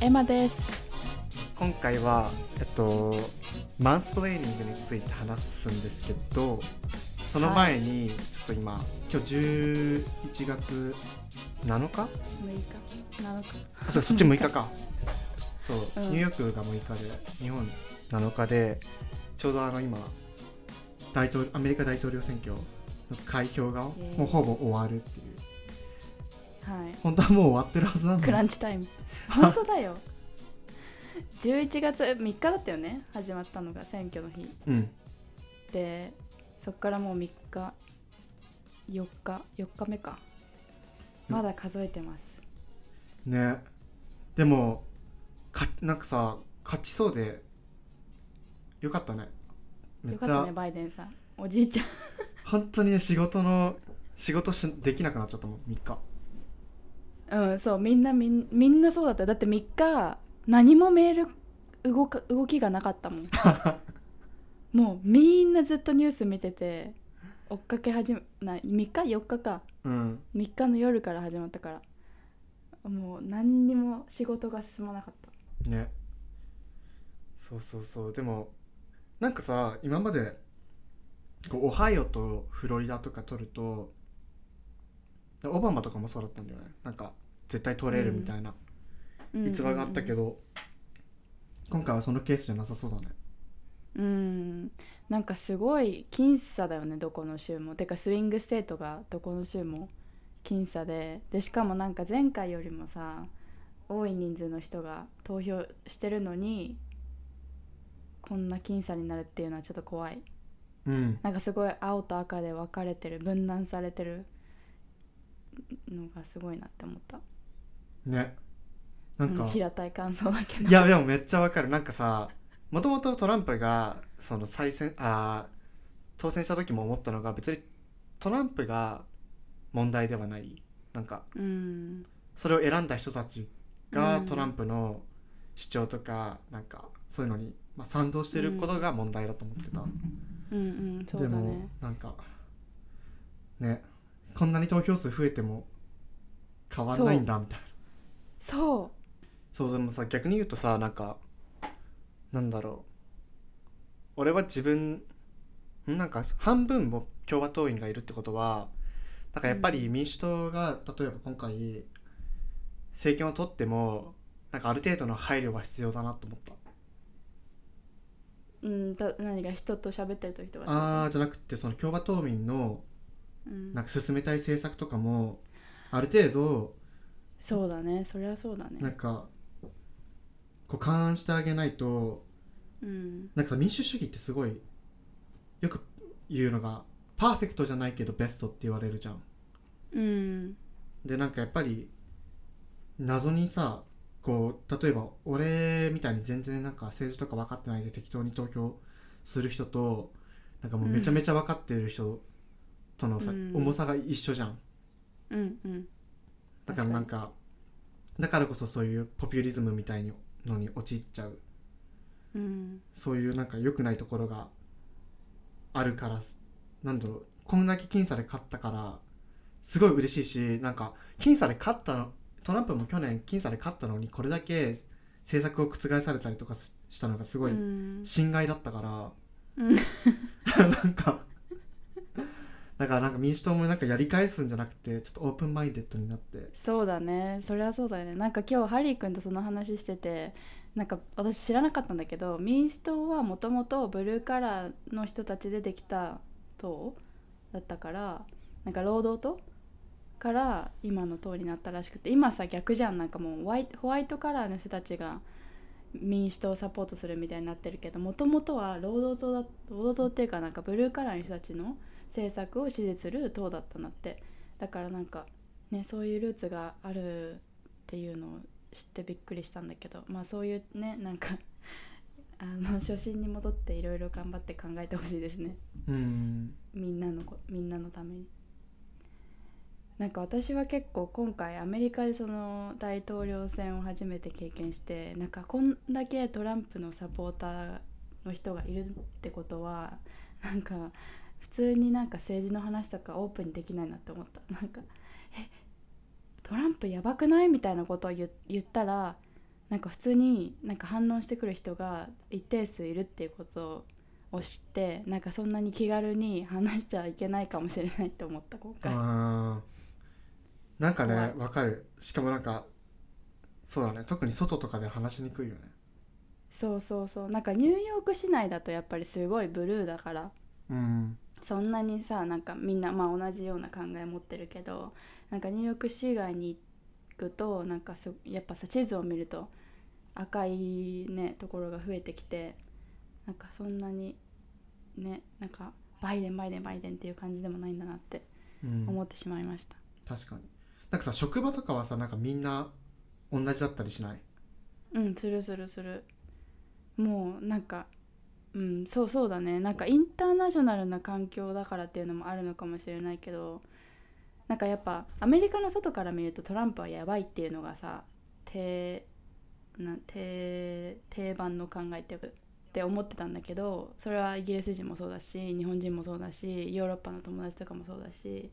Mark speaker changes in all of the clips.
Speaker 1: エマです
Speaker 2: 今回は、えっと、マンスプレーニングについて話すんですけどその前にちょっと今、今日11月7日
Speaker 1: 6日7日
Speaker 2: あ そうそっち6日かそう、
Speaker 1: うん
Speaker 2: ニューヨークが6日で日本7日でちょうどあの今大統領アメリカ大統領選挙の開票がも
Speaker 1: イエーイ
Speaker 2: うほぼ終わるっていう
Speaker 1: はい
Speaker 2: 本当はもう終わってるはずなん
Speaker 1: クラ
Speaker 2: だ
Speaker 1: ンチタ イム本当だよ11月3日だったよね始まったのが選挙の日
Speaker 2: うん
Speaker 1: でそっからもう3日4日4日目か
Speaker 2: うん
Speaker 1: まだ数えてます、
Speaker 2: ねでもかなんかさ勝ちそうでよかったねめっ
Speaker 1: よ
Speaker 2: ちゃ
Speaker 1: かったねバイデンさんおじいちゃん
Speaker 2: 本当にね仕事の仕事しできなくなっちゃったもん3日
Speaker 1: うんそうみんなみんみんなそうだっただって3日何もメール動か動きがなかったも んもうみんなずっとニュース見てて追っかけ始めない3日4日か
Speaker 2: うん
Speaker 1: 3日の夜から始まったからもう何にも仕事が進まなかった
Speaker 2: ねそうそうそうでもなんかさ今までこうオハイオとフロリダとか取るとオバマとかもそうだったんだよねなんか絶対取れるみたいな逸話があったけど、今回はそのケースじゃなさそうだね
Speaker 1: うんなんかすごい僅差だよねどこの州もてかスイングステートがどこの州も僅差ででしかもなんか前回よりもさ多い人数の人が投票してるのにこんな僅差になるっていうのはちょっと怖い
Speaker 2: うん
Speaker 1: なんかすごい青と赤で分かれてる分断されてるのがすごいなって思った
Speaker 2: ねなんか、
Speaker 1: うん平たい感想だ けど
Speaker 2: いやでもめっちゃわかるなんかさもともとトランプがその再選あー当選した時も思ったのが別にトランプが問題ではないなんか
Speaker 1: うん
Speaker 2: それを選んだ人たちが
Speaker 1: うん
Speaker 2: トランプの主張とか、なんかそういうのに、まあ、賛同してることが問題だと思ってた、
Speaker 1: うんうんそうだ
Speaker 2: でも
Speaker 1: ね
Speaker 2: なんかねこんなに投票数増えても変わらないんだみたいな
Speaker 1: そ
Speaker 2: そうでもさ逆に言うとさなんかなんだろう俺は自分んなんか半分も共和党員がいるってことはなんかやっぱり民主党が例えば今回政権を取ってもなんかある程度の配慮は必要だなと思った
Speaker 1: ううんた何が人と喋ってる時とかってこと
Speaker 2: あーじゃなくてその共和党民の
Speaker 1: うん
Speaker 2: なんか進めたい政策とかもある程度
Speaker 1: そうだねそりゃそうだ
Speaker 2: なん
Speaker 1: ね
Speaker 2: かこう勘案してあげないと
Speaker 1: うん
Speaker 2: なんかさ民主主義ってすごいよく言うのがパーフェクトじゃないけどベストって言われるじゃん
Speaker 1: うん
Speaker 2: でなんかやっぱり謎にさこう例えば俺みたいに全然なんか政治とか分かってないで適当に投票する人となんかもうめちゃめちゃ分かってる人とのさ、
Speaker 1: うん
Speaker 2: 重さが一緒じゃん
Speaker 1: うんうん
Speaker 2: だからなんかだからこそそういうポピュリズムみたいのに陥っちゃう
Speaker 1: うん
Speaker 2: そういうなんか良くないところがあるからなんだろうこんだけ僅差で勝ったからすごい嬉しいしなんか僅差で勝ったのトランプも去年僅差で勝ったのにこれだけ政策を覆されたりとかししたのがすご
Speaker 1: う
Speaker 2: い
Speaker 1: ん
Speaker 2: 心外だったから、
Speaker 1: うん
Speaker 2: なんかだからなんか民主党もなんかやり返すんじゃなくてちょっとオープンマインデッドになって
Speaker 1: そうだねそりゃそうだよねなんか今日ハリー君とその話しててなんか私知らなかったんだけど民主党はもともとブルーカラーの人たちでできた党だったからなんか労働党から今の党になったらしくて今さ逆じゃんなんかもうホワイホワイトカラーの人たちが民主党をサポートするみたいになってるけどもともとは労働党だ労働党っていうかなんかブルーカラーの人たちの政策を支持する党だったんだってだからなんかね、そういうルーツがあるっていうのを知ってびっくりしたんだけどまあそういうねなんかあの初心に戻っていろいろ頑張って考えてほしいですね
Speaker 2: うん
Speaker 1: みんなのこみんなのために。なんか私は結構今回アメリカでその大統領選を初めて経験してなんかこんだけトランプのサポーターの人がいるってことはなんか普通になんか政治の話とかオープンにできないなって思ったなんか「えトランプやばくない?」みたいなことを言言ったらなんか普通になんか反論してくる人が一定数いるっていうことを知ってなんかそんなに気軽に話しちゃいけないかもしれないと思った今回。
Speaker 2: あーなんかね
Speaker 1: 怖い
Speaker 2: わかるしかもなんかそうだね特に外とかで話しにくいよね
Speaker 1: そうそうそうなんかニューヨーク市内だとやっぱりすごいブルーだから
Speaker 2: うん
Speaker 1: そんなにさなんかみんなまあ同じような考え持ってるけどなんかニューヨーク市外に行くとなんかすやっぱさ地図を見ると赤いねところが増えてきてなんかそんなにねなんかバイデンバイデンバイデンっていう感じでもないんだなって
Speaker 2: うん
Speaker 1: 思ってしまいました、
Speaker 2: 確かになんかさ職場とかはさなんかみんな同じだったりしない
Speaker 1: うんするするするもうなんかうんそうそうだねなんかインターナショナルな環境だからっていうのもあるのかもしれないけどなんかやっぱアメリカの外から見るとトランプはやばいっていうのがさ定な定定番の考えっていうかって思ってたんだけどそれはイギリス人もそうだし日本人もそうだしヨーロッパの友達とかもそうだし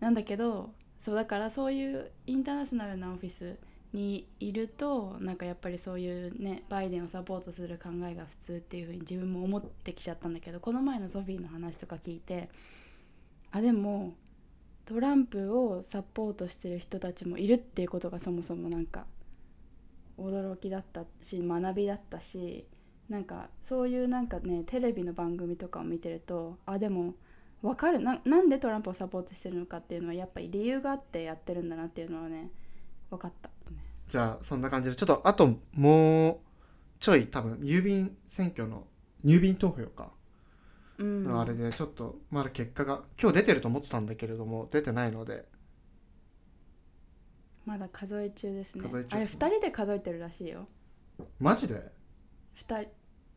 Speaker 1: なんだけどそうだからそういうインターナショナルなオフィスにいるとなんかやっぱりそういうねバイデンをサポートする考えが普通っていうふうに自分も思ってきちゃったんだけどこの前のソフィーの話とか聞いてあでもトランプをサポートしてる人たちもいるっていうことがそもそもなんか驚きだったし学びだったしなんかそういうなんかねテレビの番組とかを見てるとあでも分かるななんでトランプをサポートしてるのかっていうのはやっぱり理由があってやってるんだなっていうのはね分かったね。
Speaker 2: じゃあそんな感じでちょっとあともうちょい多分郵便選挙の郵便投票か
Speaker 1: うん
Speaker 2: のあれでちょっとまだ結果が今日出てると思ってたんだけれども出てないので
Speaker 1: まだ数え中ですね
Speaker 2: 数え中
Speaker 1: あれ
Speaker 2: ですね
Speaker 1: 2人で数えてるらしいよ
Speaker 2: マジで
Speaker 1: 2人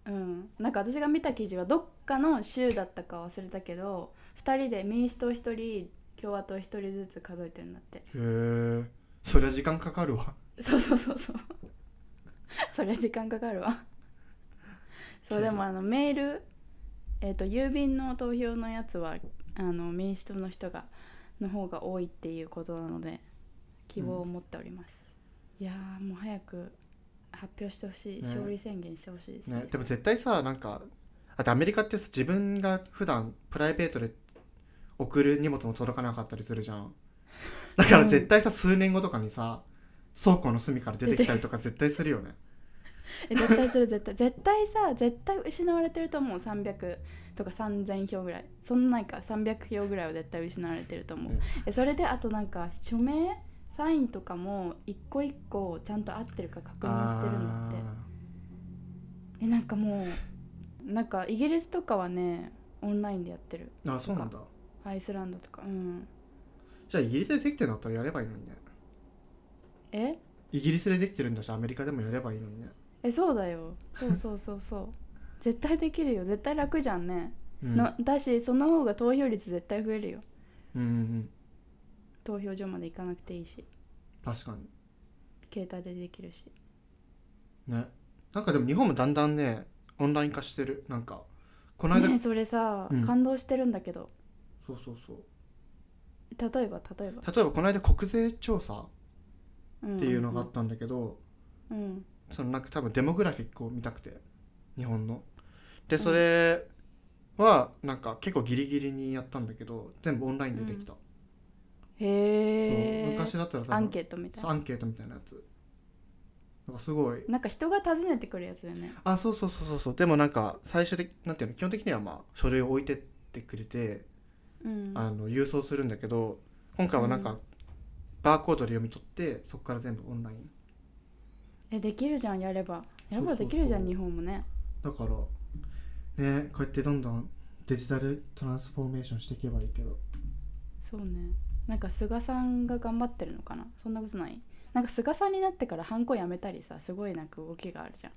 Speaker 1: うんなんか私が見た記事はどっかの州だったか忘れたけど2人で民主党1人共和党1人ずつ数えてるんだって
Speaker 2: へえそりゃ時間かかるわ
Speaker 1: そうそうそうそうそりゃ時間かかるわそうでもあのメールえっ、と郵便の投票のやつはあの民主党の人がの方が多いっていうことなので希望を持っております、いやーもう早く発表してほしい、
Speaker 2: ね
Speaker 1: 勝利宣言してほしいですね
Speaker 2: ね、でも絶対さなんかあとアメリカってさ自分が普段プライベートで送る荷物も届かなかったりするじゃ んだから
Speaker 1: うん
Speaker 2: 絶対さ、数年後とかにさ倉庫の隅から出てきたりとか絶対するよね
Speaker 1: え絶対する絶対絶対さ絶対失われてると思う300とか3000票ぐらいそんななんか300票ぐらいは絶対失われてると思う、
Speaker 2: うん
Speaker 1: えそれであとなんか署名サインとかも一個一個ちゃんと合ってるか確認してるんだってえなんかもうなんかイギリスとかはねオンラインでやってる
Speaker 2: あーあそうなんだ
Speaker 1: アイスランドとかうん
Speaker 2: じゃあイギリスでできてるんだったらやればいいのにね
Speaker 1: え
Speaker 2: イギリスでできてるんだしアメリカでもやればいいのにね、
Speaker 1: えそうだよそうそうそうそう 絶対できるよ絶対楽じゃんね、
Speaker 2: うん、
Speaker 1: のだしその方が投票率絶対増えるよ
Speaker 2: うんうんうん
Speaker 1: 投票所まで行かなくていいし
Speaker 2: 確かに
Speaker 1: 携帯でできるし
Speaker 2: ねなんかでも日本もだんだんねオンライン化してるなんかこの間、
Speaker 1: ねえそれさ、
Speaker 2: うん
Speaker 1: 感動してるんだけど
Speaker 2: そうそうそう
Speaker 1: 例えば例えば
Speaker 2: 例えばこの間国税調査
Speaker 1: ん
Speaker 2: っていうのがあったんだけど、
Speaker 1: うん
Speaker 2: そのなんか多分デモグラフィックを見たくて日本のでそれはなんか結構ギリギリにやったんだけど全部オンラインでできた、
Speaker 1: へ
Speaker 2: そう
Speaker 1: え
Speaker 2: 昔だったら多分
Speaker 1: アンケートみたい
Speaker 2: そう
Speaker 1: な
Speaker 2: アンケートみたいなやつなんかすごい
Speaker 1: なんか人が訪ねてくるやつだよね
Speaker 2: あそうそうそうそうそうでもなんか最終的なんていうの基本的にはまあ書類を置いてってくれて、
Speaker 1: うん
Speaker 2: あの郵送するんだけど今回はなんか、
Speaker 1: うん
Speaker 2: バーコードで読み取ってそこから全部オンライン
Speaker 1: えできるじゃんやればやれ
Speaker 2: そ
Speaker 1: ば
Speaker 2: うそうそう
Speaker 1: できるじゃん日本もね
Speaker 2: だからねこうやってどんどんデジタルトランスフォーメーションしていけばいいけど
Speaker 1: そうねなんか菅さんが頑張ってるのかなそんなことないなんか菅さんになってからハンコやめたりさすごいなんか動きがあるじゃ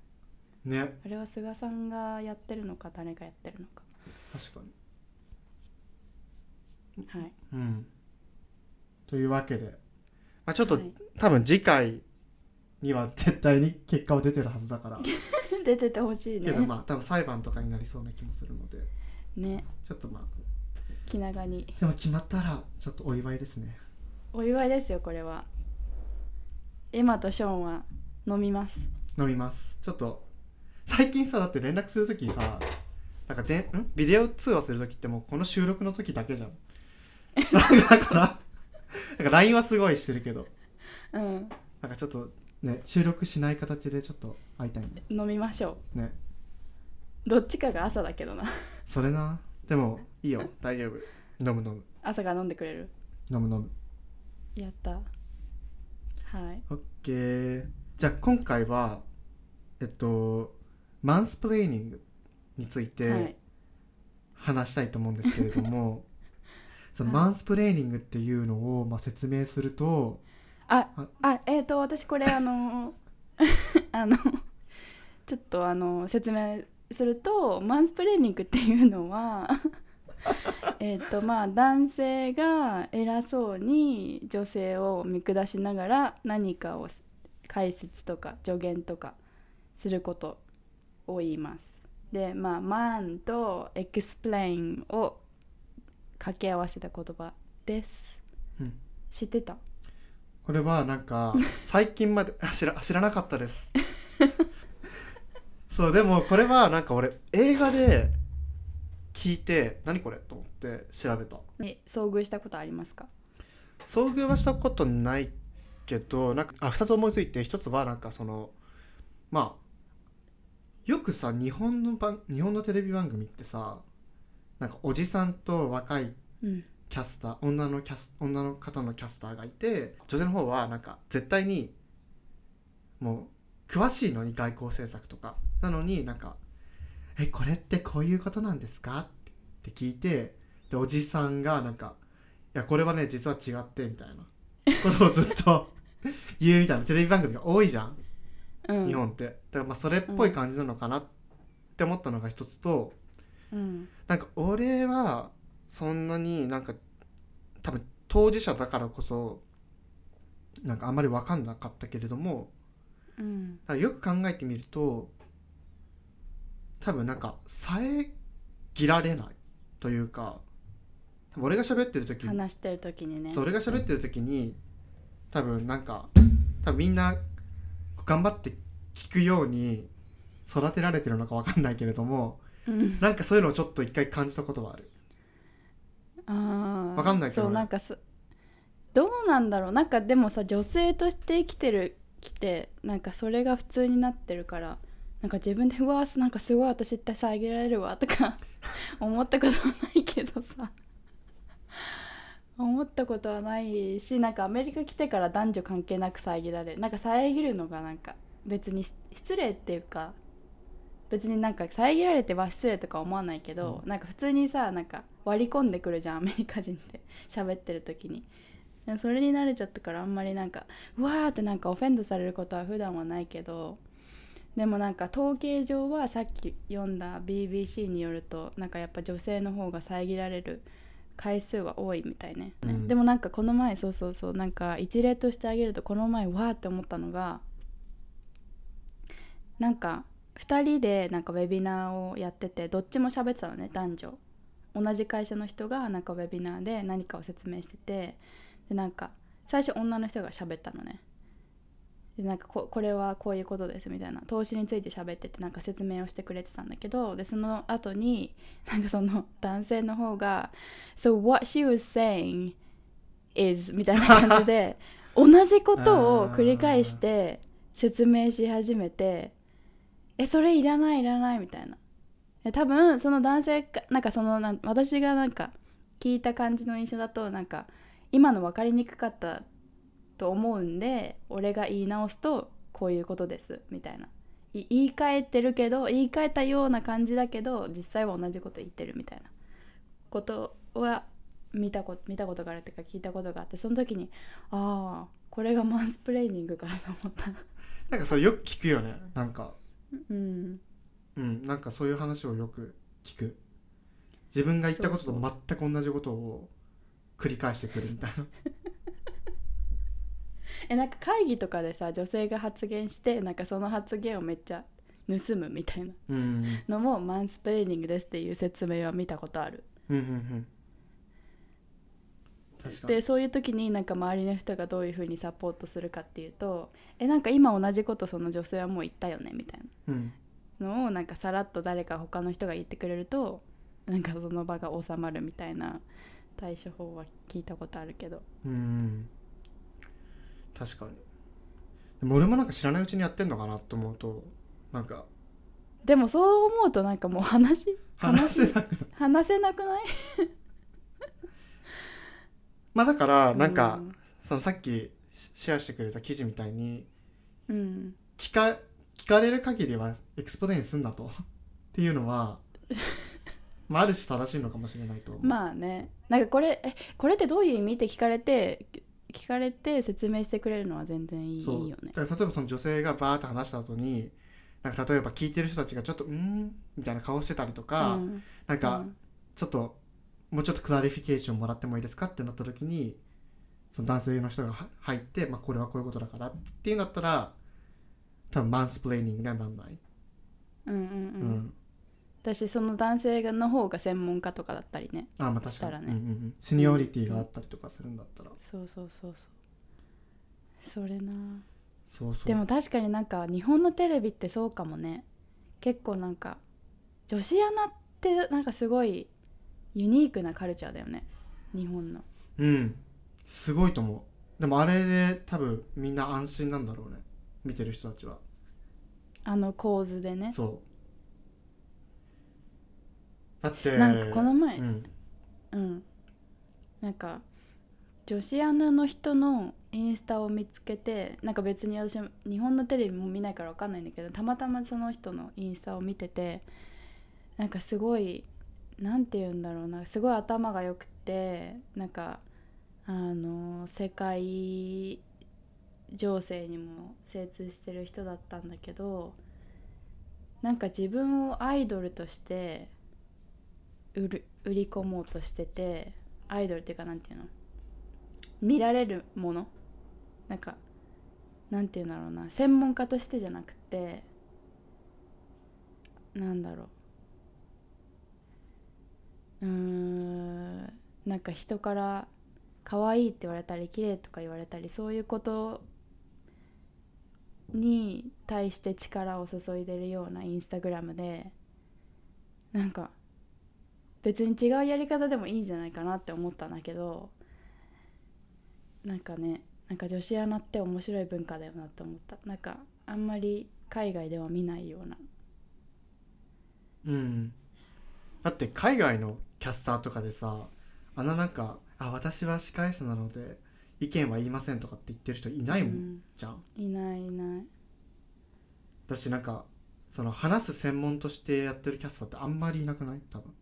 Speaker 1: ん
Speaker 2: ね
Speaker 1: あれは菅さんがやってるのか誰がやってるのか
Speaker 2: 確かに
Speaker 1: はい
Speaker 2: うんというわけで、まあ、ちょっと、
Speaker 1: はい
Speaker 2: 多分次回には絶対に結果は出てるはずだ から
Speaker 1: 出ててほしい
Speaker 2: け
Speaker 1: ね
Speaker 2: どまあ多分裁判とかになりそうな気もするので
Speaker 1: ね
Speaker 2: ちょっとまあ
Speaker 1: 気長に
Speaker 2: でも決まったらちょっとお祝いですね
Speaker 1: お祝いですよこれはエマとショーンは飲みます
Speaker 2: 飲みますちょっと最近さだって連絡するときさなんかでんビデオ通話するときってもうこの収録のときだけじゃんだからなんか LINE はすごいしてるけど
Speaker 1: うん
Speaker 2: なんかちょっとね収録しない形でちょっと会いたいね
Speaker 1: 飲みましょ
Speaker 2: ね
Speaker 1: うどっちかが朝だけどな
Speaker 2: それなでもいいよ大丈夫飲む飲む
Speaker 1: 朝が飲んでくれる
Speaker 2: 飲む飲む
Speaker 1: やったはい
Speaker 2: オッケーじゃあ今回はえっとマンスプレーニングについて、
Speaker 1: はい
Speaker 2: 話したいと思うんですけれどもその
Speaker 1: はい
Speaker 2: マンスプレーニングっていうのをまあ説明すると
Speaker 1: あ
Speaker 2: あ
Speaker 1: あえっ、と私これあの あのちょっとあの説明するとマンスプレーニングっていうのは えっとまあ男性が偉そうに女性を見下しながら何かを解説とか助言とかすることを言います。でまあ「マン」と「エクスプレイン」を掛け合わせた言葉です。
Speaker 2: うん
Speaker 1: 知ってた
Speaker 2: これはなんか最近まであ知ら知らなかったですそうでもこれはなんか俺映画で聞いて何これと思って調べた
Speaker 1: に遭遇したことありますか
Speaker 2: 遭遇はしたことないけどなんかあ2つ思いついて1つはなんかそのまあよくさ日本の番日本のテレビ番組ってさなんかおじさんと若い
Speaker 1: うん
Speaker 2: キャスター女のキャス女の方のキャスターがいて女性の方はなんか絶対にもう詳しいのに外交政策とかなのになんか「えこれってこういうことなんですか?」って聞いてでおじさんがなんか「いやこれはね実は違って」みたいなことをずっと 言うみたいなテレビ番組が多いじゃん
Speaker 1: うん
Speaker 2: 日本ってだからまあそれっぽい感じなのかなって思ったのが一つと、
Speaker 1: うん
Speaker 2: なんか俺はそんなになんか多分当事者だからこそなんかあんまり分かんなかったけれども
Speaker 1: うん
Speaker 2: なんかよく考えてみると多分なんか遮られないというか多分俺が喋ってる時に
Speaker 1: 話してる時にね
Speaker 2: そう俺が喋ってる時に多分なんか多分みんな頑張って聞くように育てられてるのか分かんないけれども
Speaker 1: うん
Speaker 2: なんかそういうのをちょっと一回感じたことはある。
Speaker 1: あー
Speaker 2: わかんないけどね
Speaker 1: そうなんかすどうなんだろうなんかでもさ女性として生きてるきてなんかそれが普通になってるからなんか自分でうわーなんかすごい私って遮られるわとか 思ったことはないけどさ思ったことはないしなんかアメリカ来てから男女関係なく遮られるなんか遮るのがなんか別に失礼っていうか別になんか遮られては失礼とか思わないけど、なんか普通にさなんか割り込んでくるじゃんアメリカ人って喋ってる時にでそれに慣れちゃったからあんまりなんかうわーってなんかオフェンドされることは普段はないけどでもなんか統計上はさっき読んだ BBC によるとなんかやっぱ女性の方が遮られる回数は多いみたいね、
Speaker 2: うん
Speaker 1: でもなんかこの前そうそうそうなんか一例としてあげるとこの前わーって思ったのがなんか2人でなんかウェビナーをやっててどっちも喋ってたのね男女同じ会社の人がなんかウェビナーで何かを説明しててでなんか最初女の人が喋ったのねでなんかここれはこういうことですみたいな投資について喋っててなんか説明をしてくれてたんだけどでその後になんかその 男性の方が「So what she was saying is」みたいな感じで同じことを繰り返して説明し始めて「えそれいらないいらない」みたいなえ多分その男性かなんかそのなん私がなんか聞いた感じの印象だとなんか今の分かりにくかったと思うんで俺が言い直すとこういうことですみたいない言い換えてるけど言い換えたような感じだけど実際は同じこと言ってるみたいなことは見たこ見たことがあるっていうか聞いたことがあってその時にああこれがマンスプレーニングかと思った。
Speaker 2: なんかそれよく聞くよねなんか
Speaker 1: うん
Speaker 2: うんなんかそういう話をよく聞く自分が言ったことと全く同じことを繰り返してくるみたいな
Speaker 1: えなんか会議とかでさ女性が発言してなんかその発言をめっちゃ盗むみたいな
Speaker 2: うん
Speaker 1: のもマンスプレーニングですっていう説明は見たことある
Speaker 2: うんうんうん確かに
Speaker 1: でそういう時になんか周りの人がどういうふうにサポートするかっていうとえなんか今同じことその女性はもう言ったよねみたい
Speaker 2: うん
Speaker 1: なのをなんかさらっと誰か他の人が言ってくれるとなんかその場が収まるみたいな対処法は聞いたことあるけど
Speaker 2: うん確かにでも俺もなんか知らないうちにやってんのかなと思うとなんか
Speaker 1: でもそう思うとなんかも う話
Speaker 2: 話せなくなる
Speaker 1: 話せなくない
Speaker 2: まあだからなんか、
Speaker 1: うん
Speaker 2: そのさっきシシェアしてくれた記事みたいに
Speaker 1: うん
Speaker 2: 聞か聞かれる限りはエクスポデにすんだと っていうの はまあある種正しいのかもしれないと思う、
Speaker 1: まあねなんかこれえこれってどういう意味って聞かれて聞かれて説明してくれるのは全然いいいい
Speaker 2: そう
Speaker 1: よね
Speaker 2: だから例えばその女性がバーって話した後になんか例えば聞いてる人たちがちょっと「うーん」みたいな顔してたりとか、
Speaker 1: うん
Speaker 2: なんか
Speaker 1: うん
Speaker 2: ちょっともうちょっとクラリフィケーションもらってもいいですかってなった時にその男性の人がは入って、まあ、これはこういうことだからっていうんだったら多分マンスプレーニングにはなんない、
Speaker 1: うんうん
Speaker 2: う
Speaker 1: うん私その男性の方が専門家とかだったりね
Speaker 2: ああまあ確
Speaker 1: した
Speaker 2: からに、
Speaker 1: ね
Speaker 2: うんうんうん、シニオリティがあったりとかするんだったら、
Speaker 1: そうそうそうそうそれな
Speaker 2: そうそう
Speaker 1: でも確かになんか日本のテレビってそうかもね結構なんか女子アナってなんかすごいユニークなカルチャーだよね日本の
Speaker 2: うんすごいと思うでもあれで多分みんな安心なんだろうね見てる人たちは
Speaker 1: あの構図でね
Speaker 2: そうだって
Speaker 1: なんかこの前
Speaker 2: うん
Speaker 1: うんなんか女子アナの人のインスタを見つけてなんか別に私も日本のテレビも見ないから分かんないんだけどたまたまその人のインスタを見ててなんかすごいなんて言うんだろうなすごい頭が良くてなんかあの世界情勢にも精通してる人だったんだけどなんか自分をアイドルとして売る売り込もうとしててアイドルっていうかなんていうの見られるものなんかなんていうんだろうな専門家としてじゃなくてなんだろううーんなんか人から可愛いって言われたり綺麗とか言われたりそういうことに対して力を注いでるようなインスタグラムでなんか別に違うやり方でもいいんじゃないかなって思ったんだけどなんかねなんか女子アナって面白い文化だよなって思ったなんかあんまり海外では見ないような
Speaker 2: うんだって海外のキャスターとかでさあのなんか「あ私は司会者なので意見は言いません」とかって言ってる人いないもん、
Speaker 1: うん
Speaker 2: じゃん
Speaker 1: いないいない
Speaker 2: だしなんかその話す専門としてやってるキャスターってあんまりいなくない多分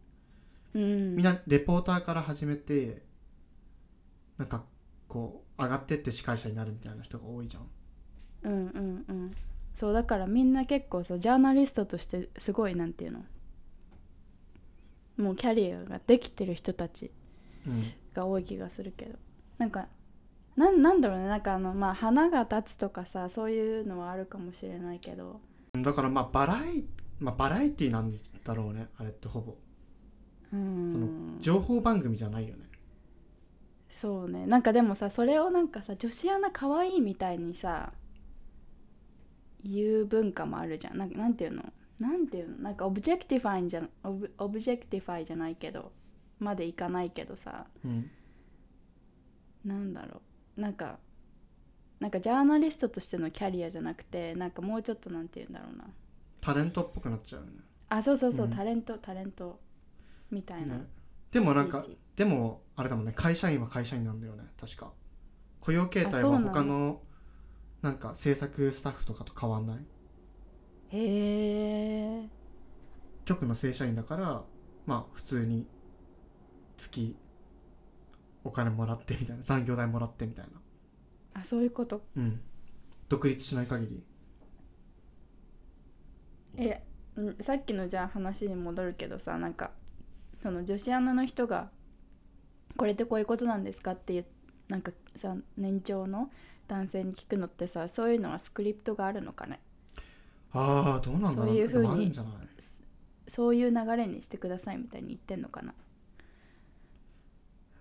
Speaker 1: うん
Speaker 2: みんなレポーターから始めてなんかこう上がってって司会者になるみたいな人が多いじゃん
Speaker 1: うんうんうんそうだからみんな結構さジャーナリストとしてすごいなんていうのもうキャリアができてる人たち
Speaker 2: うん
Speaker 1: が多い気がするけどなんかなんなんだろうねなんかあのまあ花が立つとかさそういうのはあるかもしれないけど
Speaker 2: だからまあバラエ、まあ、バラエティなんだろうねあれってほぼ
Speaker 1: う
Speaker 2: そ
Speaker 1: ん
Speaker 2: の情報番組じゃないよね
Speaker 1: そうねなんかでもさそれをなんかさ女子アナ可愛いみたいにさ言う文化もあるじゃんなんかなんていうのなんていうのなんかオブジェクティファイじゃオブオブジェクティファイじゃないけどまでいかないけどさ
Speaker 2: うん
Speaker 1: なんだろうなんかなんかジャーナリストとしてのキャリアじゃなくてなんかもうちょっとなんていうんだろうな
Speaker 2: タレントっぽくなっちゃうよね
Speaker 1: あそうそうそう、
Speaker 2: うん
Speaker 1: タレントタレントみたいな、
Speaker 2: ねでもなんか
Speaker 1: いちいち
Speaker 2: でもあれだもんね会社員は会社員なんだよね確か雇用形
Speaker 1: あ
Speaker 2: 態
Speaker 1: そうな
Speaker 2: は
Speaker 1: の
Speaker 2: 他のなんか制作スタッフとかと変わんない
Speaker 1: へえ
Speaker 2: 局の正社員だからまあ普通に月お金もらってみたいな残業代もらってみたいな
Speaker 1: あそういうこと
Speaker 2: うん独立しない限り
Speaker 1: えんさっきのじゃあ話に戻るけどさなんかその女子アナの人が「これってこういうことなんですか?」っていうなんかさ年長の男性に聞くのってさそういうのはスクリプトがあるのかね
Speaker 2: ああどうなんだろう
Speaker 1: そういう
Speaker 2: で
Speaker 1: 風に
Speaker 2: もあるんじゃない
Speaker 1: そういう流れにしてくださいみたいに言ってんのかな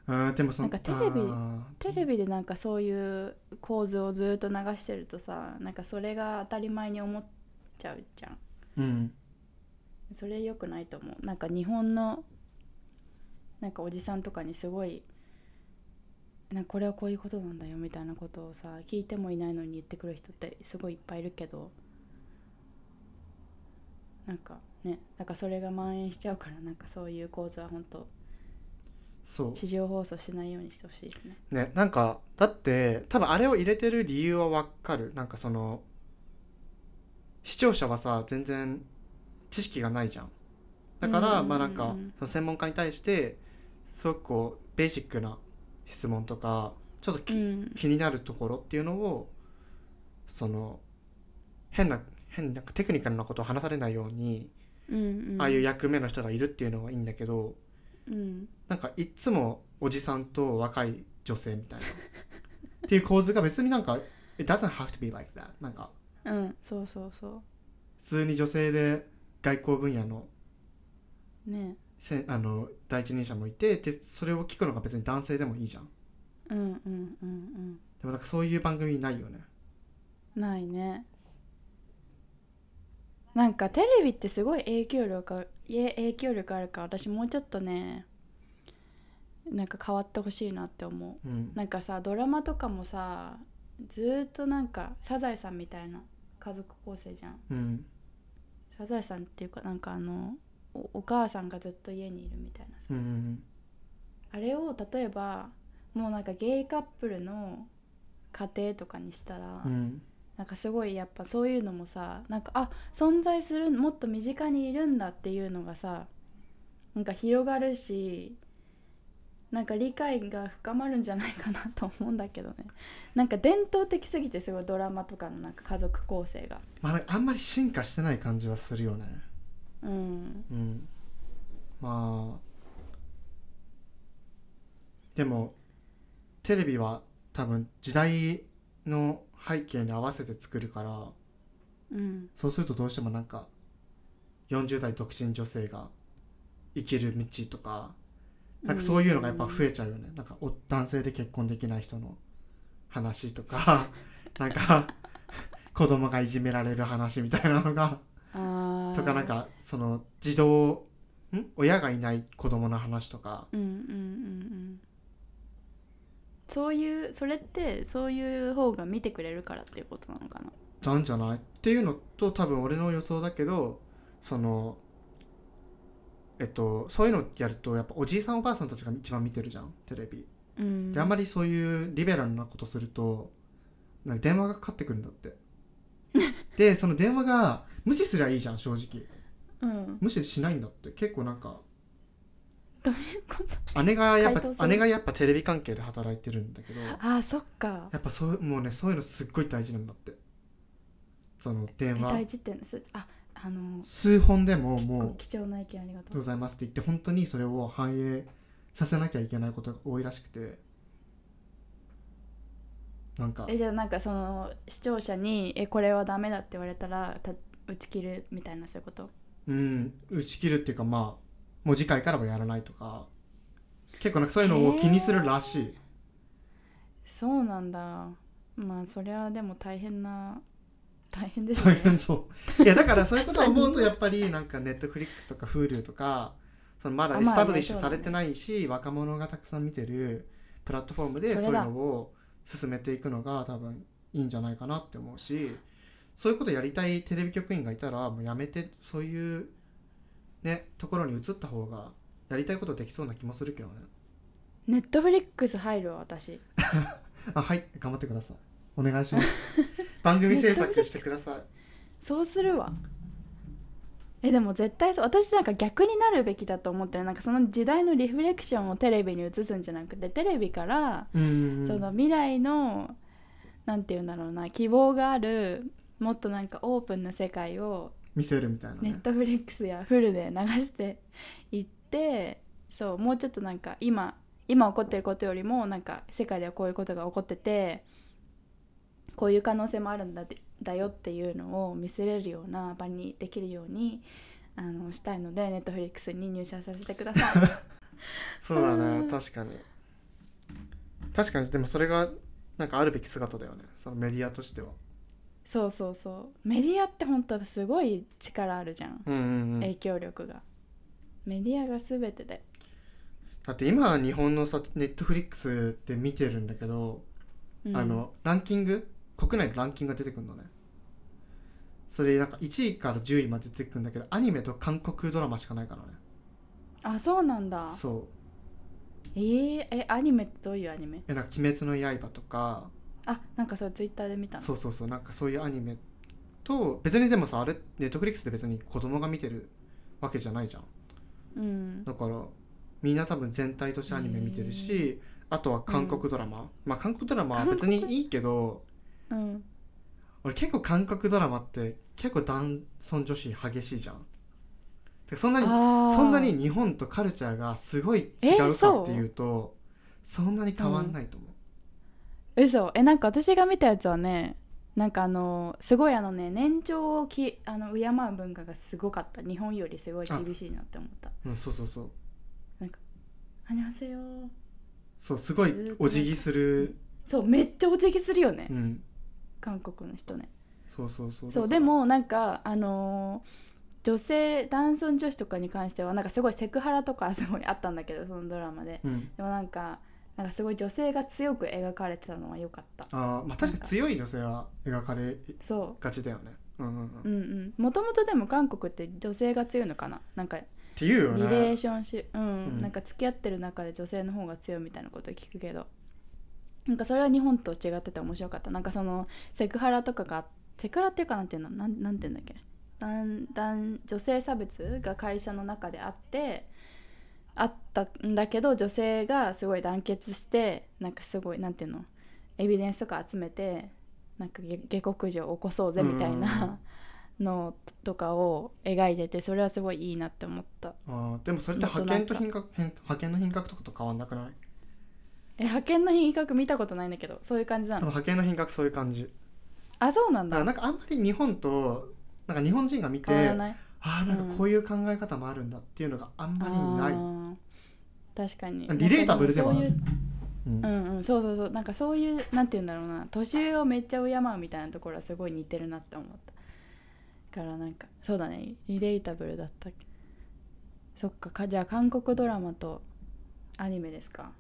Speaker 2: あーでもその
Speaker 1: なんかテレビ
Speaker 2: あー
Speaker 1: テレビでなんかそういう構図をずっと流してるとさなんかそれが当たり前に思っちゃうじゃん
Speaker 2: うん
Speaker 1: それ良くないと思うなんか日本のなんかおじさんとかにすごいなんかこれはこういうことなんだよみたいなことをさ聞いてもいないのに言ってくる人ってすごいいっぱいいるけどなんかねなんかそれが蔓延しちゃうからなんかそういう構図は本当
Speaker 2: そう
Speaker 1: 地上放送しないようにしてほしいですね
Speaker 2: ねなんかだって多分あれを入れてる理由はわかるなんかその視聴者はさ全然知識がないじゃんだから、
Speaker 1: うん
Speaker 2: まあなん
Speaker 1: う
Speaker 2: か
Speaker 1: ん
Speaker 2: その専門家に対してすごくこうベーシックな質問とかちょっとき、
Speaker 1: うん
Speaker 2: 気になるところっていうのをその変な変なテクニカルなことを話されないように、
Speaker 1: うんうん
Speaker 2: ああいう役目の人がいるっていうのはいいんだけど
Speaker 1: うん
Speaker 2: なんかいっつもおじさんと若い女性みたいなっていう構図が別になんか「It doesn't have to be like that」なんか
Speaker 1: うんそうそうそ
Speaker 2: 普通に女性で外交分野の
Speaker 1: うね
Speaker 2: せんあの第一人者もいてでそれを聞くのが別に男性でもいいじゃん
Speaker 1: うんうんうん
Speaker 2: でもなんかそういう番組ないよね
Speaker 1: うんないねなんかテレビってすごい影響力がいえ影響力あるから私もうちょっとねなんか変わってほしいなって思
Speaker 2: うん
Speaker 1: うなんかさドラマとかもさずーっとなんかサザエさんみたいな家族構成じゃん
Speaker 2: うん
Speaker 1: サザエさんっていうかなんかあのおお母さんがずっと家にいるみたいなさ
Speaker 2: うんうん
Speaker 1: あれを例えばもうなんかゲイカップルの家庭とかにしたら、
Speaker 2: うん
Speaker 1: なんかすごいやっぱそういうのもさなんかあ存在するもっと身近にいるんだっていうのがさなんか広がるしなんか理解が深まるんじゃないかなと思うんだけどねなんか伝統的すぎてすごいドラマとかのなんか家族構成が
Speaker 2: まあなんかあんまり進化してない感じはするよね
Speaker 1: うん
Speaker 2: うんまあでもテレビは多分時代の背景に合わせて作るから
Speaker 1: うん
Speaker 2: そうするとどうしてもなんか40代独身女性が生きる道とかなんかそういうのがやっぱ増えちゃうよね、なんかお男性で結婚できない人の話とかなん か子供がいじめられる話みたいなのが
Speaker 1: あー
Speaker 2: とかなんかその児童ん親がいない子供の話とか
Speaker 1: うんうんうんうんそういうそれってそういう方が見てくれるからっていうことなのかな
Speaker 2: なんじゃないっていうのと多分俺の予想だけどそのえっとそういうのやるとやっぱおじいさんおばあさんたちが一番見てるじゃんテレビ
Speaker 1: うん
Speaker 2: であんまりそういうリベラルなことするとなんか電話がかかってくるんだって でその電話が無視すりゃいいじゃん正直
Speaker 1: うん
Speaker 2: 無視しないんだって結構なんか
Speaker 1: どういうこと
Speaker 2: 姉がやっ
Speaker 1: 回答す
Speaker 2: ぱ
Speaker 1: る
Speaker 2: 姉がやっぱテレビ関係で働いてるんだけど
Speaker 1: あーそっか
Speaker 2: やっぱそうもうねそういうのすっごい大事なんだってその電
Speaker 1: え大
Speaker 2: 話
Speaker 1: 事ってんですああの
Speaker 2: 数本でももう
Speaker 1: 貴重な意見あり
Speaker 2: 「ありが
Speaker 1: が
Speaker 2: と
Speaker 1: と
Speaker 2: う
Speaker 1: う
Speaker 2: ございます」って言って本当にそれを反映させなきゃいけないことが多いらしくてなんか
Speaker 1: えじゃあなんかその視聴者に「えこれはダメだ」って言われたらた打ち切るみたいなそういうこと
Speaker 2: うん打ち切るっていうかまあもう次回からもやらないとか結構なんかそういうのを気にするらしい、
Speaker 1: そうなんだまあそりゃでも大変な大変 です
Speaker 2: そう
Speaker 1: ね
Speaker 2: いうそういやだからそういうことを思うとやっぱりなんかネットフリックスとか Hulu とかそのまだ
Speaker 1: あ
Speaker 2: エ
Speaker 1: まあ
Speaker 2: スタブリッシュ
Speaker 1: そう
Speaker 2: さ
Speaker 1: だね
Speaker 2: れてないし、若者がたくさん見てるプラットフォームで
Speaker 1: そ
Speaker 2: そうい
Speaker 1: れ
Speaker 2: う
Speaker 1: だ
Speaker 2: のを進めていくのが多分いいんじゃないかなって思うしそういうことやりたいテレビ局員がいたらもうやめてそういうねところに移った方がやりたいことできそうな気もするけどね
Speaker 1: ネットフリックス入るわ私
Speaker 2: あはい頑張ってくださいお願いします 番組制作してください
Speaker 1: そうするわえでも絶対そう私なんか逆になるべきだと思ってるなんかその時代のリフレクションをテレビに移すんじゃなくてテレビから
Speaker 2: うん
Speaker 1: その未来のなんて言うんだろうな希望があるもっとなんかオープンな世界を
Speaker 2: 見せるみたいな
Speaker 1: ネ
Speaker 2: ね
Speaker 1: ットフリックスやフルで流していってそうもうちょっとなんか今今起こってることよりもなんか世界ではこういうことが起こっててこういう可能性もあるんだってだよっていうのを見せれるような場にできるようにあの したいのでネットフリックスに入社させてください。
Speaker 2: そうだ
Speaker 1: う
Speaker 2: ね
Speaker 1: ん
Speaker 2: 確かに確かにでもそれがなんかあるべき姿だよねそのメディアとしては
Speaker 1: そうそうそうメディアって本当すごい力あるじゃん、
Speaker 2: うんうんう
Speaker 1: 影
Speaker 2: ん
Speaker 1: 響力がメディアが全てで
Speaker 2: だって今日本のさネットフリックスって見てるんだけど、
Speaker 1: うん
Speaker 2: あのランキング国内のランキングが出てくるのねそれなんか1位から10位まで出てくるんだけどアニメと韓国ドラマしかないからね
Speaker 1: あそうなんだ
Speaker 2: そう
Speaker 1: えー、えアニメってどういうアニメ
Speaker 2: えなんか「鬼滅の刃」とか
Speaker 1: あなんかそれツイッターで見たの
Speaker 2: そうそうそうなんかそういうアニメと別にでもさあれネットフリックスで別に子供が見てるわけじゃないじゃん
Speaker 1: うん
Speaker 2: だからみんな多分全体としてアニメ見てるしあとは韓国ドラマ、まあ韓国ドラマは別にいいけど
Speaker 1: うん
Speaker 2: 俺結構韓国ドラマって結構男尊女子激しいじゃんてかそんなに
Speaker 1: あー
Speaker 2: そんなに日本とカルチャーがすごい違うかっていうとそんなに変わんないと思う、
Speaker 1: 嘘えなんか私が見たやつはねなんかあのすごいあのね年長をきあの敬う文化がすごかった日本よりすごい厳しいなって思った
Speaker 2: うんそうそうそう
Speaker 1: 「あにわせよ」
Speaker 2: そうすごいお辞儀する
Speaker 1: そうめっちゃお辞儀するよね、
Speaker 2: うん
Speaker 1: 韓国の人ね
Speaker 2: そうそうそう
Speaker 1: そうでもなんかあのー女性男尊女子とかに関してはなんかすごいセクハラとかすごいあったんだけどそのドラマで
Speaker 2: うん
Speaker 1: でもなんかなんかすごい女性が強く描かれてたのは良かった
Speaker 2: あーまあ確かに強い女性は描かれ
Speaker 1: そ
Speaker 2: がちだよねうんうんうん
Speaker 1: う
Speaker 2: っ
Speaker 1: うんうんもともとでも韓国って女性が強いのかななんか
Speaker 2: ていうよ
Speaker 1: リレー
Speaker 2: ね
Speaker 1: ションシうん、
Speaker 2: うん
Speaker 1: なんか付き合ってる中で女性の方が強いみたいなこと聞くけどなんかそれは日本と違ってて面白かったなんかそのセクハラとかがセクハラっていうかなんていうのなんなんていうんだっけ男男女性差別が会社の中であってあったんだけど女性がすごい団結してなんかすごいなんていうのエビデンスとか集めてなんか下下克上を起こそうぜみたいなのとかを描いててそれはすごいいいなって思った。
Speaker 2: あーでもそれって派遣と品格変派遣の品格とかと変わんなくない
Speaker 1: え派遣の品格見たことないんだけどそういう感じ
Speaker 2: 多
Speaker 1: な
Speaker 2: 分
Speaker 1: の
Speaker 2: 派遣の品格そういう感じ
Speaker 1: あそうなん
Speaker 2: だから
Speaker 1: だ
Speaker 2: なんかあんまり日本となんか日本人が見て
Speaker 1: 変わらない
Speaker 2: ああなんかこういう考え方もあるんだっていうのがあんまりない、
Speaker 1: あ
Speaker 2: うん
Speaker 1: ー確かに
Speaker 2: リレータブルではある
Speaker 1: なんかそういう
Speaker 2: う
Speaker 1: うんんうんそうそうそうなんかそういうなんて言うんだろうな年上をめっちゃ敬うみたいなところはすごい似てるなって思っただからなんかそうだねリレータブルだったそっかかじゃあ韓国ドラマとアニメですか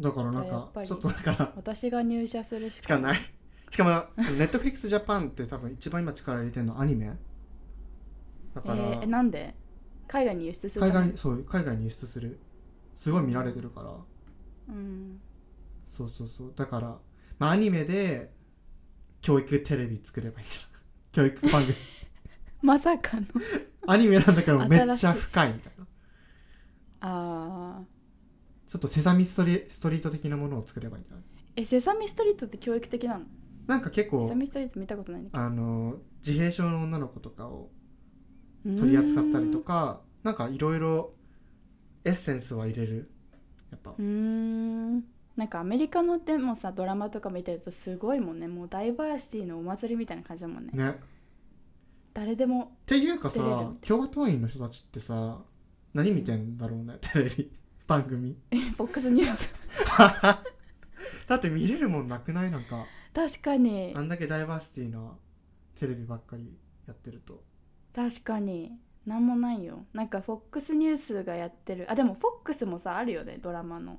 Speaker 2: だからな
Speaker 1: じゃあ
Speaker 2: ん
Speaker 1: やっ
Speaker 2: か
Speaker 1: ぱり
Speaker 2: ちょっとだから
Speaker 1: 私が入社するし
Speaker 2: しか
Speaker 1: か
Speaker 2: ないしかもネットフリックスジャパンって多分一番今力入れてるのアニメだ
Speaker 1: え
Speaker 2: から、
Speaker 1: ーえなんで海外に輸出する
Speaker 2: 海
Speaker 1: ため
Speaker 2: 外にそう海外に輸出するすごい見られてるから
Speaker 1: うん
Speaker 2: そうそうそうだから、まあ、アニメで教育テレビ作ればいいんじゃない 教育番組
Speaker 1: まさかの
Speaker 2: アニメなんだけどめっちゃ
Speaker 1: 新しい
Speaker 2: 深いみたいな
Speaker 1: ああ
Speaker 2: ちょっとセサミストリストリート的なものを作ればいいんじゃない
Speaker 1: えセサミストリートって教育的なの
Speaker 2: なんか結
Speaker 1: セ
Speaker 2: 構
Speaker 1: サミストリート見たことないんだ
Speaker 2: あの自閉症の女の子とかを
Speaker 1: けど
Speaker 2: 取り扱ったりとかなんかいろいろエッセンスは入れるやっぱ
Speaker 1: うーんなんかアメリカのでもさドラマとか見てるとすごいもんねもうダイバーシティのお祭りみたいな感じだもんね
Speaker 2: ねっ
Speaker 1: 誰でも
Speaker 2: ていうか
Speaker 1: テレビ
Speaker 2: さ共和党員の人たちってさ何見てんだろうねテレビ番 組
Speaker 1: ボックスニュー ス
Speaker 2: だって見れるもんなくないなんか
Speaker 1: 確かに
Speaker 2: あんだけダイバーシティなテレビばっかりやってると
Speaker 1: 確かになんもないよなんかフォックスニュースがやってるあでもフォックスもさあるよねドラマの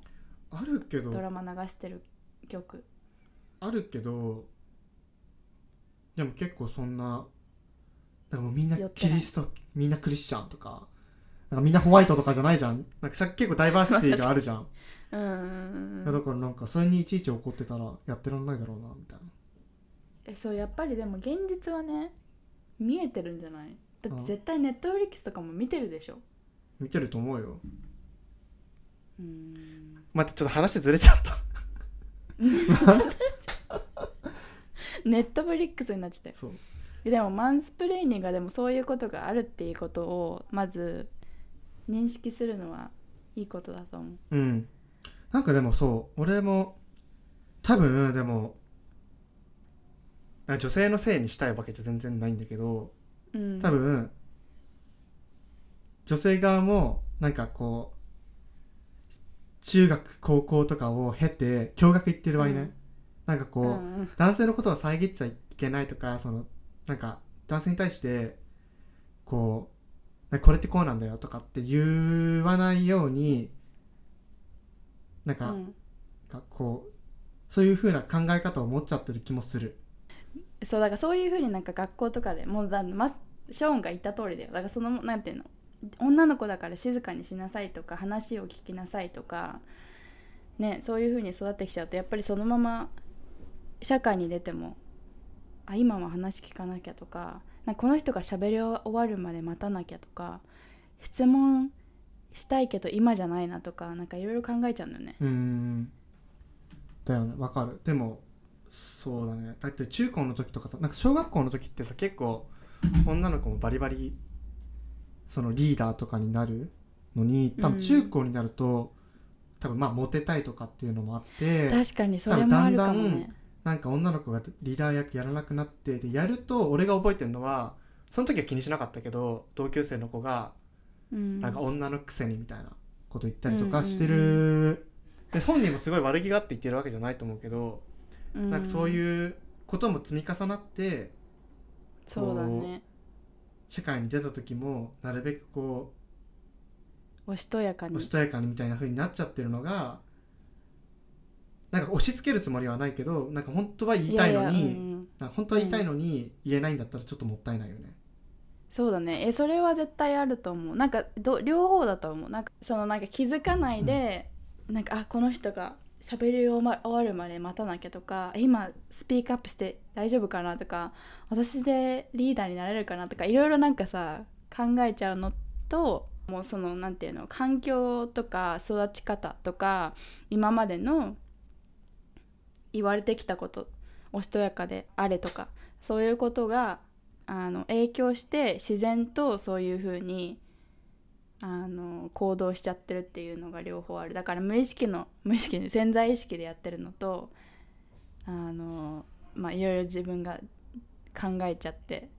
Speaker 2: あるけど
Speaker 1: ドラマ流してる曲
Speaker 2: あるけどでも結構そんななんかもうみんな
Speaker 1: 寄って
Speaker 2: キ
Speaker 1: ない
Speaker 2: リストみんなクリスチャンとかなんかみんなホワイトとかじゃないじゃんなんかさ結構ダイバーシティがあるじゃん、
Speaker 1: うー
Speaker 2: いやだ
Speaker 1: ん
Speaker 2: からなんかそれにいちいち怒ってたらやってらんないだろうなみたいな
Speaker 1: えそうやっぱりでも現実はね見えてるんじゃないだって絶対ネットフリックスとかも見てるでしょ
Speaker 2: 見てると思うよ
Speaker 1: うーん
Speaker 2: 待ってちょっと話ずれちゃった
Speaker 1: ネットフリックスになっちゃったよ
Speaker 2: そう
Speaker 1: でもマンスプレーニングがでもそういうことがあるっていうことをまず認識するのはいいことだと思う
Speaker 2: うんなんかでもそう俺も多分でもあ女性のせいにしたいわけじゃ全然ないんだけど
Speaker 1: うん
Speaker 2: 多分女性側もなんかこう中学高校とかを経て共学行ってる場合ね、
Speaker 1: うん
Speaker 2: なんかこう、
Speaker 1: うんうん
Speaker 2: 男性のことは遮っちゃいけないとかそのなんか男性に対してこうなこれってこうなんだよとかって言わないようになんか、
Speaker 1: うん
Speaker 2: がこうそういう風な考え方を持っちゃってる気もする
Speaker 1: そうだからそういうふうになんか学校とかでもうだまショーンが言った通りだよだからそのなんていうの女の子だから静かにしなさいとか話を聞きなさいとかねそういうふうに育ってきちゃうとやっぱりそのまま社会に出てもあ今は話聞かなきゃとかなんかこの人が喋り終わるまで待たなきゃとか質問したいけど今じゃないなとかなんかいろいろ考えちゃうんだよね。
Speaker 2: うーんだよねわかるでもそうだねだって中高の時とかさなんか小学校の時ってさ結構女の子もバリバリそのリーダーとかになるのに多
Speaker 1: う
Speaker 2: 分
Speaker 1: ん
Speaker 2: 中高になると、多分まあモテたいとかっていうのもあって
Speaker 1: 確かにそれもあるかも
Speaker 2: 多分だん
Speaker 1: ね。
Speaker 2: なんか女の子がリーダー役やらなくなってでやると俺が覚えてるのはその時は気にしなかったけど同級生の子が
Speaker 1: うん
Speaker 2: なんか女のくせにみたいなこと言ったりとか
Speaker 1: うん
Speaker 2: してる、で本人もすごい悪気があって言ってるわけじゃないと思うけど、なんかそう
Speaker 1: うん
Speaker 2: いうことも積み重なって
Speaker 1: そうだ
Speaker 2: こう
Speaker 1: ね。
Speaker 2: 社会に出た時もなるべくこ
Speaker 1: おしとやか
Speaker 2: う
Speaker 1: に
Speaker 2: おしとやかにみたいな風になっちゃってるのがなんか押し付けるつもりはないけどなんか本当は言いたいのに
Speaker 1: ややうん
Speaker 2: なんか本当は言いたいのに言えないんだったらちょっともったいないよね。
Speaker 1: そうだねえそれは絶対あると思うなんかど両方だと思うなんかそのなんか気づかないで、なんかあこの人が喋り終わ終わるまで待たなきゃとかえ今スピークアップして大丈夫かなとか私でリーダーになれるかなとかいろいろなんかさ考えちゃうのともうそのなんていうの環境とか育ち方とか今までの言われてきたことおしとやかであれとかそういうことがあの影響して自然とそういうふうにあの行動しちゃってるっていうのが両方あるだから無意識の無意識に潜在意識でやってるのとあのまあいろいろ自分が考えちゃって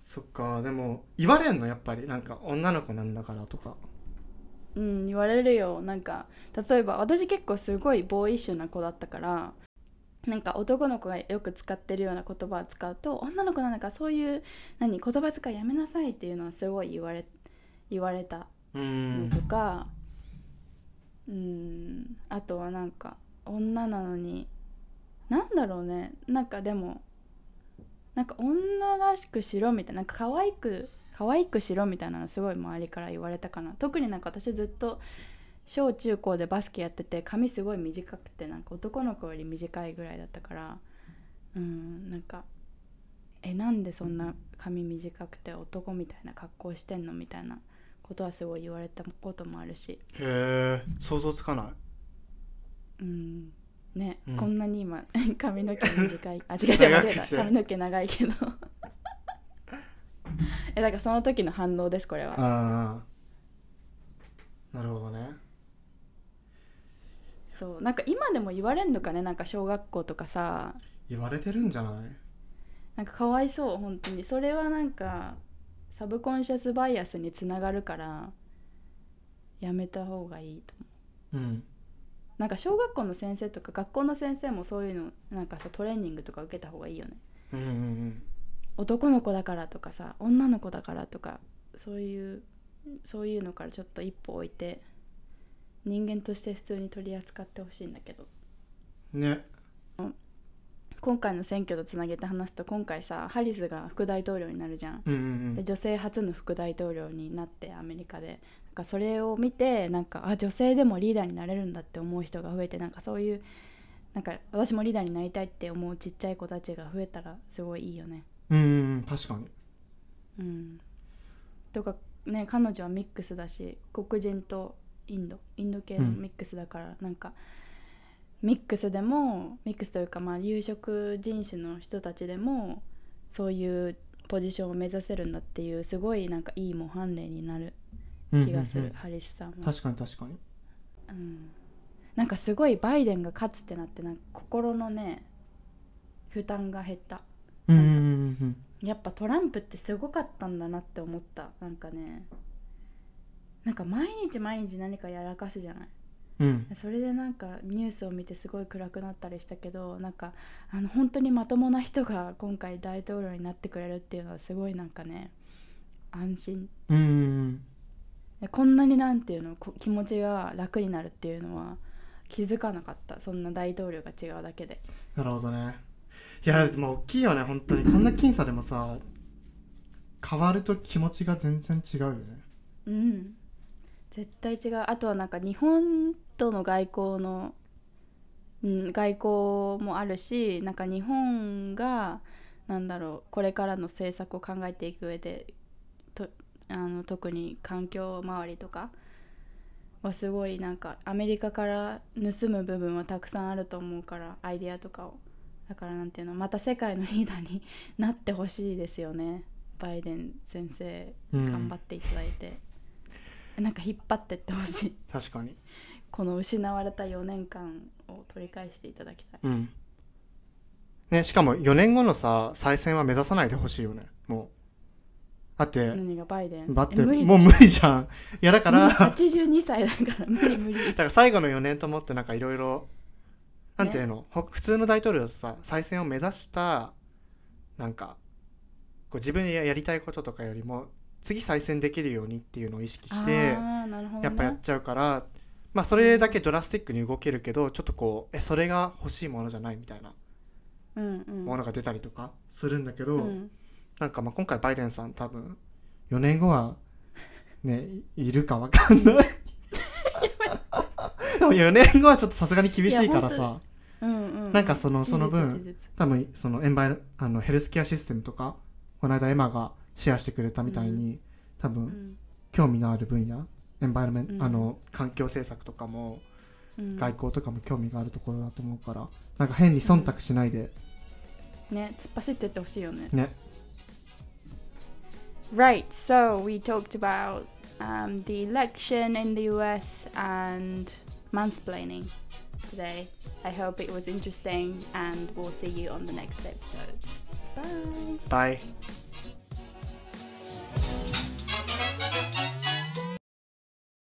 Speaker 2: そっかでも言われんのやっぱりなんか女の子なんだからとか。
Speaker 1: うん言われるよなんか例えば私結構すごいボーイッシュな子だったからなんか男の子がよく使ってるような言葉を使うと女の子なんだからそういう何言葉遣いやめなさいっていうのはすごい言われ言われた
Speaker 2: う
Speaker 1: の
Speaker 2: ん
Speaker 1: とかうんあとはなんか女なのになんだろうねなんかでもなんか女らしくしろみたいななんか可愛く可愛くしろみたいなのすごい周りから言われたかな特になんか私ずっと小中高でバスケやってて髪すごい短くてなんか男の子より短いぐらいだったからうんなんかえなんでそんな髪短くて男みたいな格好してんのみたいなことはすごい言われたこともあるし、
Speaker 2: へえ想像つかない。
Speaker 1: うんね
Speaker 2: うん
Speaker 1: こんな に今髪の毛短いあ違う違う
Speaker 2: 長
Speaker 1: 間
Speaker 2: く
Speaker 1: 違え
Speaker 2: して
Speaker 1: た髪の毛長いけど えだからその時の反応ですこれは
Speaker 2: ああなるほどね
Speaker 1: そうなんか今でも言われんのかねなんか小学校とかさ
Speaker 2: 言われてるんじゃない
Speaker 1: なんかかわいそう本当にそれはなんかサブコンシャスバイアスにつながるからやめた方がいいと思う
Speaker 2: うん
Speaker 1: なんか小学校の先生とか学校の先生もそういうのなんかさトレーニングとか受けた方がいいよね
Speaker 2: うんうんうん
Speaker 1: 男の子だからとかさ女の子だからとかそういうそういうのからちょっと一歩置いて人間として普通に取り扱ってほしいんだけど
Speaker 2: ね
Speaker 1: 今回の選挙とつなげて話すと今回さハリスが副大統領になるじゃん。
Speaker 2: うんうんう
Speaker 1: で
Speaker 2: ん
Speaker 1: 女性初の副大統領になってアメリカでなんかそれを見てなんかあ女性でもリーダーになれるんだって思う人が増えてなんかそういうなんか私もリーダーになりたいって思うちっちゃい子たちが増えたらすごいいいよね。
Speaker 2: うんうんうん確かに
Speaker 1: うん、とかね彼女はミックスだし黒人とインドインド系のミックスだから、なんかミックスでもミックスというかまあ有色人種の人たちでもそういうポジションを目指せるんだっていうすごいなんかいい模範例になる
Speaker 2: うん
Speaker 1: 気がする、
Speaker 2: うんうん
Speaker 1: ハリスさんは。
Speaker 2: 確かに確かに
Speaker 1: うん、なんかすごいバイデンが勝つってなってなんか心のね負担が減った。
Speaker 2: うんうんうんうん
Speaker 1: やっぱトランプってすごかったんだなって思ったなんかねなんか毎日毎日何かやらかすじゃない
Speaker 2: うん
Speaker 1: それでなんかニュースを見てすごい暗くなったりしたけどなんかあの本当にまともな人が今回大統領になってくれるっていうのはすごいなんかね安心
Speaker 2: うんうん
Speaker 1: こんなになんていうのこ気持ちが楽になるっていうのは気づかなかったそんな大統領が違うだけで
Speaker 2: なるほどねいやでも大きいよね本当にこんな僅差でもさ変わると気持ちが全然違うよね
Speaker 1: うん絶対違うあとはなんか日本との外交の、うん、外交もあるしなんか日本がなんだろうこれからの政策を考えていく上でとあの特に環境周りとかはすごいなんかアメリカから盗む部分はたくさんあると思うからアイデアとかをだからなんていうのまた世界のリーダーに なってほしいですよねバイデン先生
Speaker 2: うん
Speaker 1: 頑張っていただいて、なんか引っ張ってってほしい
Speaker 2: 確かに
Speaker 1: この失われた4年間を取り返していただきたい
Speaker 2: うんねしかも4年後のさ再選は目指さないでほしいよねもうだって、
Speaker 1: 何がバイデン
Speaker 2: だっ
Speaker 1: え
Speaker 2: て
Speaker 1: 無理
Speaker 2: もう無理じゃんいやだから
Speaker 1: もう82歳だから無理無理
Speaker 2: だから最後の4年と思ってなんかいろいろなんていうの、ほ普通の大統領だとさ再選を目指したなんかこう自分でややりたいこととかよりも次再選できるようにっていうのを意識して
Speaker 1: あーなるほどね、
Speaker 2: やっぱやっちゃうから、まあそれだけドラスティックに動けるけどちょっとこうえそれが欲しいものじゃないみたいな
Speaker 1: うんうん
Speaker 2: ものが出たりとかするんだけど、
Speaker 1: うん
Speaker 2: なんかまあ今回バイデンさん多分4年後はねいいるかわかん ないでも4年後はちょっとさすがに厳しいから
Speaker 1: いや
Speaker 2: さ
Speaker 1: うんうん
Speaker 2: なんかその
Speaker 1: 事実
Speaker 2: その分
Speaker 1: 事実
Speaker 2: 多分そのエンバイあのヘルスケアシステムとかこの間エマがシェアしてくれたみたいに、多
Speaker 1: う
Speaker 2: 分
Speaker 1: ん
Speaker 2: 興味のある分野エンバイロメン、
Speaker 1: うん
Speaker 2: あの環境政策とかも
Speaker 1: うん
Speaker 2: 外交とかも興味があるところだと思うからなんか変に忖度しないで、
Speaker 1: ね突っ走ってってほしいよね
Speaker 2: ね
Speaker 1: Right, so we talked about um, the election in the US and mansplaining today. I hope it was interesting, and we'll see you on the next episode. Bye!
Speaker 2: バイ